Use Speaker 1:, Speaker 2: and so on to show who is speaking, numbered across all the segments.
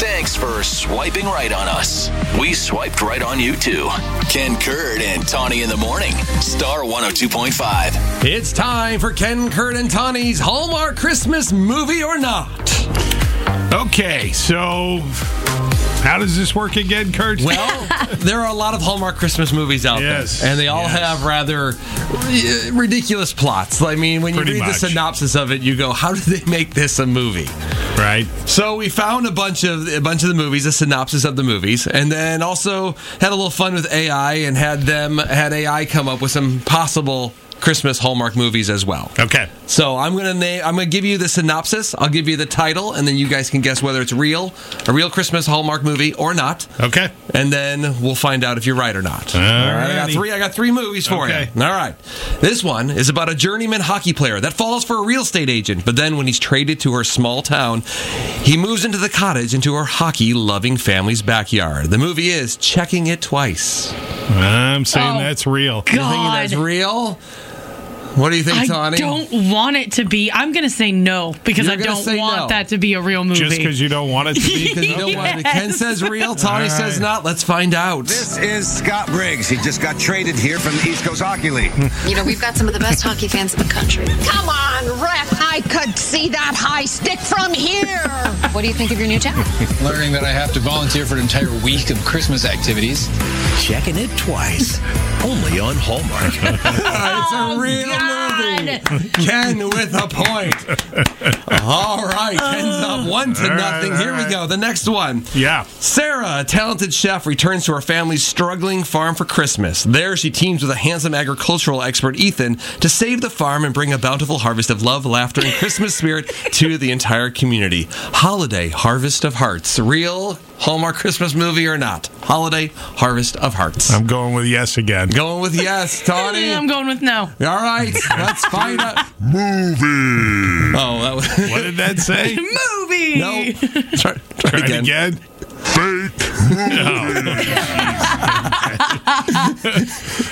Speaker 1: Thanks for swiping right on us. We swiped right on you too. Ken Kurd and Tawny in the morning. Star 102.5.
Speaker 2: It's time for Ken Kurt and Tawny's Hallmark Christmas movie or not.
Speaker 3: Okay, so how does this work again, Kurt?
Speaker 2: Well, there are a lot of Hallmark Christmas movies out
Speaker 3: Yes,
Speaker 2: there, and they all
Speaker 3: yes.
Speaker 2: have rather uh, ridiculous plots. I mean, when you
Speaker 3: Pretty
Speaker 2: read
Speaker 3: much.
Speaker 2: the synopsis of it, you go, "How did they make this a movie?"
Speaker 3: right.
Speaker 2: So we found a bunch of a bunch of the movies, a synopsis of the movies, and then also had a little fun with AI and had them had AI come up with some possible Christmas Hallmark movies as well.
Speaker 3: Okay.
Speaker 2: So I'm gonna name, I'm gonna give you the synopsis. I'll give you the title, and then you guys can guess whether it's real, a real Christmas Hallmark movie or not.
Speaker 3: Okay.
Speaker 2: And then we'll find out if you're right or not. All right, I got
Speaker 3: Alrighty.
Speaker 2: three. I got three movies for
Speaker 3: Okay.
Speaker 2: you. All right, this one is about a journeyman hockey player that falls for a real estate agent, but then when he's traded to her small town, he moves into the cottage into her hockey-loving family's backyard. The movie is Checking It Twice.
Speaker 3: I'm saying
Speaker 4: Oh,
Speaker 3: that's real.
Speaker 2: You thinking
Speaker 4: God,
Speaker 2: that's real? What do you think,
Speaker 4: I
Speaker 2: Tawny?
Speaker 4: don't want it to be. I'm going to say no because
Speaker 2: You're
Speaker 4: I
Speaker 2: gonna say
Speaker 4: don't want
Speaker 2: no.
Speaker 4: that to be a real movie.
Speaker 3: Just because you don't want it to be.
Speaker 2: Because you know what? Ken says real, Tawny
Speaker 3: All
Speaker 2: says
Speaker 3: right.
Speaker 2: not. Let's find out.
Speaker 5: This is Scott Briggs. He just got traded here from the East Coast Hockey League.
Speaker 6: You know, we've got some of the best hockey fans in the country.
Speaker 7: Come on, ref. I could see that high stick from here.
Speaker 6: What do you think of your new job?
Speaker 8: learning that I have to volunteer for an entire week of Christmas activities.
Speaker 1: Checking it twice. Only on Hallmark.
Speaker 2: it's a real movie. Ken with a point. All right, Ken's up one to
Speaker 3: All right,
Speaker 2: nothing. Here
Speaker 3: all
Speaker 2: we
Speaker 3: right.
Speaker 2: go. The next one.
Speaker 3: yeah.
Speaker 2: Sarah, a talented chef, returns to her family's struggling farm for Christmas. There, she teams with a handsome agricultural expert, Ethan, to save the farm and bring a bountiful harvest of love, laughter, and Christmas spirit to the entire community. Holiday Harvest of Hearts. Real Hallmark Christmas movie or not? Holiday Harvest of Hearts.
Speaker 3: I'm going with yes again.
Speaker 2: Going with yes, Tawny.
Speaker 4: I'm going with no.
Speaker 2: All right, let's find out.
Speaker 3: Movie.
Speaker 2: Oh, that was
Speaker 3: What did that say?
Speaker 4: Movie.
Speaker 2: no. Try, try
Speaker 3: Try it
Speaker 2: again.
Speaker 3: again. Fake movie.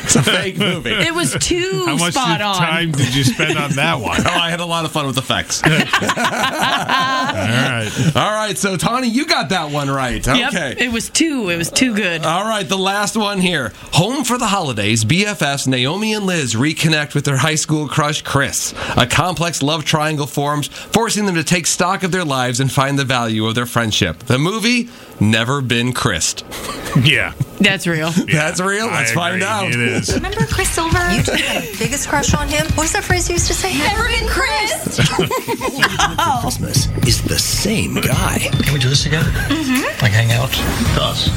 Speaker 2: It's a fake movie.
Speaker 4: It was too
Speaker 3: How much
Speaker 4: spot on.
Speaker 3: time did you spend on that one?
Speaker 2: Oh, I had a lot of fun with effects.
Speaker 3: All right.
Speaker 2: All right, so Tawny, you got that one right. Okay. Uh,
Speaker 4: Yep, it was too. It was too good.
Speaker 2: All right, the last one here. Home for the holidays, BFFs Naomi and Liz reconnect with their high school crush, Chris. A complex love triangle forms, forcing them to take stock of their lives and find the value of their friendship. The movie, Never Been Chrised.
Speaker 3: Yeah.
Speaker 4: That's real.
Speaker 2: That's real. Let's
Speaker 3: I
Speaker 2: find
Speaker 3: agree.
Speaker 2: out.
Speaker 3: It is.
Speaker 9: Remember Chris Silver? You two had the biggest crush on him. What was that phrase you used to say? Never been Chris.
Speaker 1: Christmas is the same guy.
Speaker 8: Can we do this together? Like hang out? Us.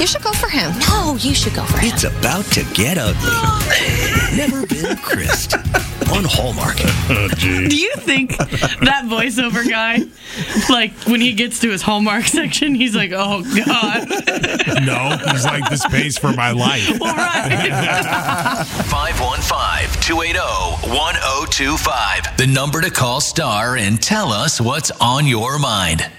Speaker 9: You should go for him.
Speaker 6: No, you should go for it.
Speaker 1: It's about to get ugly. Never been Christ on Hallmark.
Speaker 3: Oh, gee.
Speaker 4: Do you think that voiceover guy, like when he gets to his Hallmark section, he's like, "Oh God!"
Speaker 3: No, he's like this pays for my life.
Speaker 4: All right.
Speaker 1: 515-280-1025. The number to call star and tell us what's on your mind.